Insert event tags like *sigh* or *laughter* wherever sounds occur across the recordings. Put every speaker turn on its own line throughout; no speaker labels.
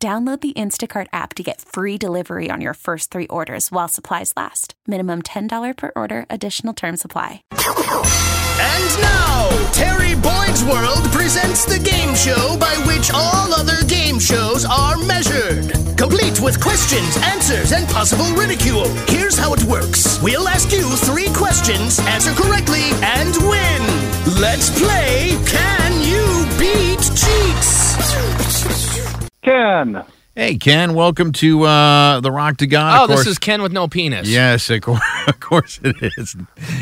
Download the Instacart app to get free delivery on your first three orders while supplies last. Minimum $10 per order, additional term supply.
And now, Terry Boyd's World presents the game show by which all other game shows are measured. Complete with questions, answers, and possible ridicule. Here's how it works We'll ask you three questions, answer correctly, and win. Let's play Can You Beat Cheats?
Ken.
Hey, Ken, welcome to uh, the Rock to God.
Oh, this is Ken with no penis.
Yes, of course, *laughs* of course it is.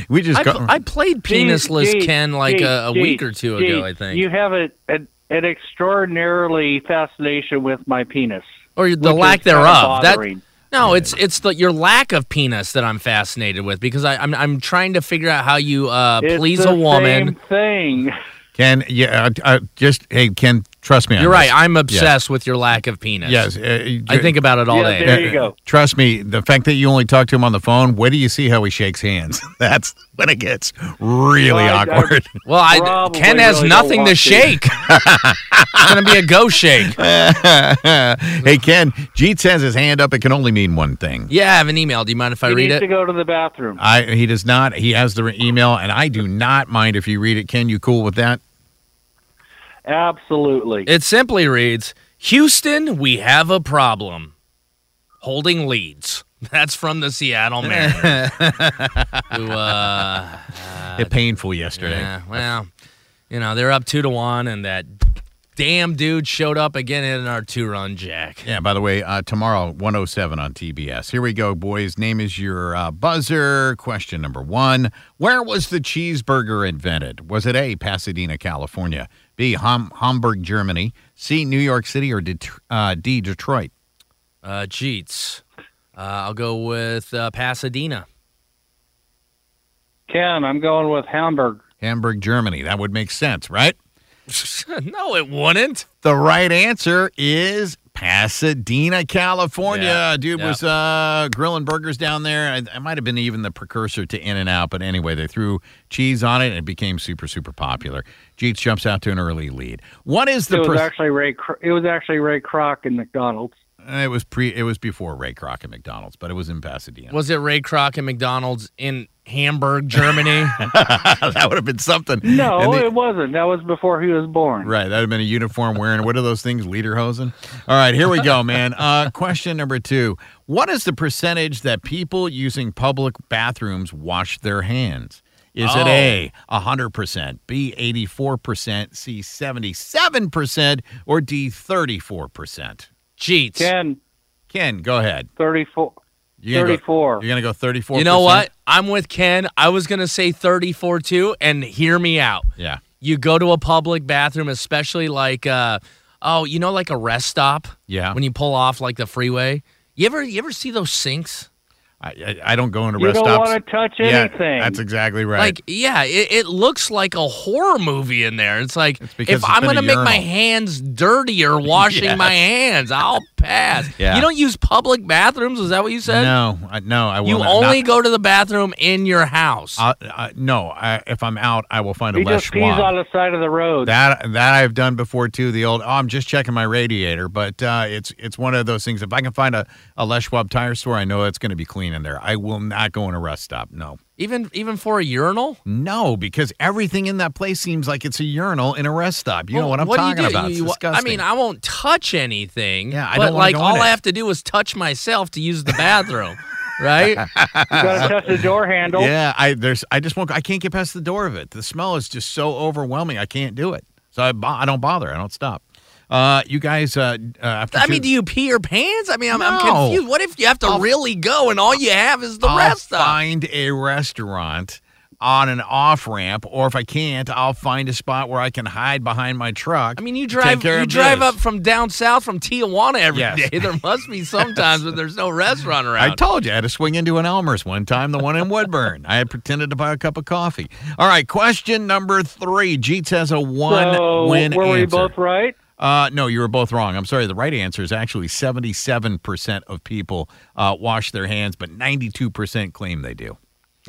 We just
I,
got.
pl- I played penisless
Gee,
Ken like
gee,
a, a
gee,
week or two
gee,
ago, I think.
You have a, an an extraordinarily fascination with my penis.
or the
which
lack
is kinda
thereof. That
bothering.
no, it's it's the, your lack of penis that I'm fascinated with because I, I'm I'm trying to figure out how you uh,
It's
please
the
a woman.
Same thing.
Ken, yeah, I, I just hey, Ken, trust me. on
You're right.
this.
I'm obsessed with your lack of penis.
yes, uh,
I think about it all
Yeah,
day.
there you go.
Trust me. The fact that you only talk to him on the phone. Where do you see how he shakes hands? *laughs* That's when it gets really
Well, I- I-
awkward.
Well, I,
Probably
Ken has
really don't
nothing
want
to
to.
*laughs*
shake. it's gonna be a go shake.
*laughs* hey, Ken, Jeets has his hand up. It can only mean one thing.
Yeah, I have an email. Do you mind if I
He
read
needs
it?
to go to the bathroom.
I he does not. He has the re- email, and I do not mind if you read it. Ken, you cool with that?
Absolutely.
It simply reads Houston, we have a problem. Holding leads. *laughs* That's from the *laughs* Seattle Mariners. who, uh,
it painful yesterday.
yeah, well, you know, they're up two to one, and that damn dude showed up again in our two run jack.
Yeah, by the way, uh, tomorrow, 107 on TBS. Here we go, boys. Name is your uh, buzzer. Question number one Where was the cheeseburger invented? Was it A, Pasadena, California, B, Ham- Hamburg, Germany, C, New York City, or Det- uh, D, Detroit?
Uh, Jeets. Uh, I'll go with uh, Pasadena.
Ken, I'm going with Hamburg.
Hamburg, Germany. That would make sense, right?
*laughs* no, it wouldn't.
The right answer is Pasadena, California.
Yeah,
Dude
yeah.
was uh, grilling burgers down there. I, I might have been even the precursor to In and Out, but anyway, they threw cheese on it and it became super, super popular. Jeets jumps out to an early lead. What is
It
the?
was
pers-
actually Ray. Cro- It was actually Ray Kroc and McDonald's.
Uh, it was pre. It was before Ray Kroc and McDonald's, but it was in Pasadena.
Was it Ray Kroc and McDonald's in Hamburg, *laughs* Germany?
*laughs* that would have been something.
No,
And the-
it wasn't. That was before he was born.
Right, that'd have been a uniform wearing. What are those things? Lederhosen. All right, here we go, man. Uh, question number two: What is the percentage that people using public bathrooms wash their hands? Is it
Oh.
A, hundred percent, B, eighty-four percent, C, seventy-seven percent, or D, thirty-four percent?
Jeets.
Ken,
Ken, go ahead.
34.
You're gonna go-
34.
you're gonna go thirty-four.
You know what? I'm with Ken. I was going to say 34 too, and hear me out.
Yeah.
You go to a public bathroom, especially like, uh, oh, you know, like a rest stop.
Yeah.
When you pull off like the freeway, you ever you ever see those sinks?
I, I, I don't go into
You
rest
don't
stops.
want to touch
Yeah,
anything.
that's exactly right.
Like, yeah, it, it looks like a horror movie in there. It's like
because
if
it's
I'm
been a
gonna make my
urinal.
hands
*laughs*
dirtier washing my hands, I'll pass.
Yeah.
You don't use public bathrooms? Is that what you said?
no, I, no, I will
You
not-
only
not-
go to the bathroom in your house.
Uh, uh, no, I, if I'm out, I will find a
he
Les
just pees
Schwab.
on the side of the road.
that that I've done before too. The old, oh, I'm just checking my radiator, but uh, it's it's one of those things. If I can find a, a Les Schwab tire store, I know it's going to be clean in there. I will not go in a rest stop. No,
even even for a urinal.
no, because everything in that place seems like it's a urinal in a rest stop. You know
Well,
what I'm
do
talking
you do?
about? It's
You- I
disgusting.
mean, I won't touch anything.
Yeah, I
but
don't wanna
like
go in
all
it.
I have to do is touch myself to use the
*laughs*
bathroom, right?
you got
*laughs*
to touch the door handle.
yeah, I there's I just won't. I can't get past the door of it. The smell is just so overwhelming. I can't do it. So I, bo- I don't bother. I don't stop. Uh, you guys, uh, uh, after
I
two-
mean, do you pee your pants? I mean, I'm, I'm
No.
confused. What if you have to really go and all you have is the
I'll
rest of?
find a restaurant on an off ramp, or if I can't, I'll find a spot where I can hide behind my truck.
I mean, you
to take
drive
care
you
of
drive
this.
up from down south from Tijuana every day. *laughs*
Yes.
There must be sometimes when there's no restaurant around.
I told you I had to swing into an Elmer's one time, the one in Woodburn. I had pretended to buy a cup of coffee. All right, question number three. Jeets has a one
so
win
were
answer.
we both right?
Uh, no, you were both wrong. I'm sorry. The right answer is actually 77% of people uh, wash their hands, but 92% claim they do.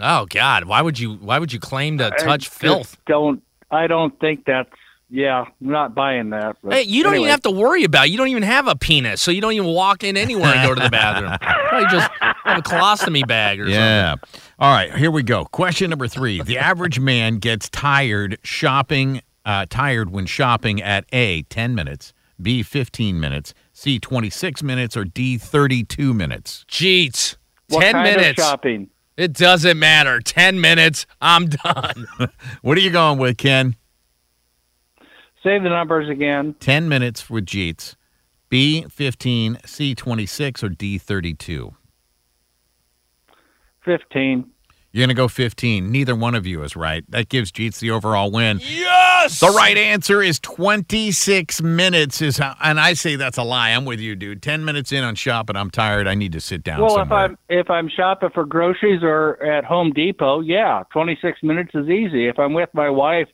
oh God, why would you why would you claim to
I
touch
just
filth?
Don't I don't think that's yeah. I'm not buying that. but
Hey, you don't
anyway.
even have to worry about. It. You don't even have a penis, so you don't even walk in anywhere and go to the bathroom. Probably just have a colostomy bag or
Yeah. All right, here we go. Question number three. The average man gets tired shopping, uh, tired when shopping at A, 10 minutes, B, 15 minutes, C, 26 minutes, or D, 32 minutes.
something. Jeets.
What
Ten
kind of
minutes.
shopping.
It doesn't matter. Ten minutes. I'm done.
What are you going with, Ken?
Say the numbers again.
10 minutes with Jeets, B, 15, C, 26, or D, 32?
Fifteen.
You're going to go 15. Neither one of you is right. That gives Jeets the overall win.
yes.
The right answer is 26 minutes is how, and I say that's a lie. I'm with you, dude. 10 minutes in on shopping, I'm tired. I need to sit down
Well, if
somewhere.
I'm if I'm shopping for groceries or at Home Depot, yeah, 26 minutes is easy. If I'm with my wife,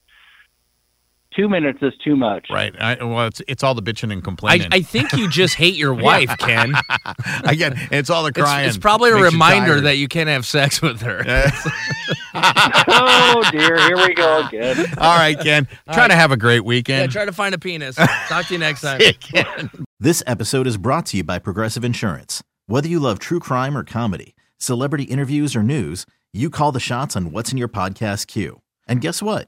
two minutes is too much.
Right. I, well, it's it's all the bitching and
I,
complaining.
I think you just hate your wife, Ken.
*laughs* I get it's all the
It's,
crying.
it's probably a
Makes you
reminder
tired.
that you can't have sex with her.
*laughs* Oh dear, here we go again.
all right,
*laughs*
Ken. Try to have a great
Yeah,
weekend.
try to find a penis. Talk to you next time.
This episode is brought to you by Progressive Insurance. Whether you love true crime or comedy, celebrity interviews or news, you call the shots on what's in your podcast queue. And guess what?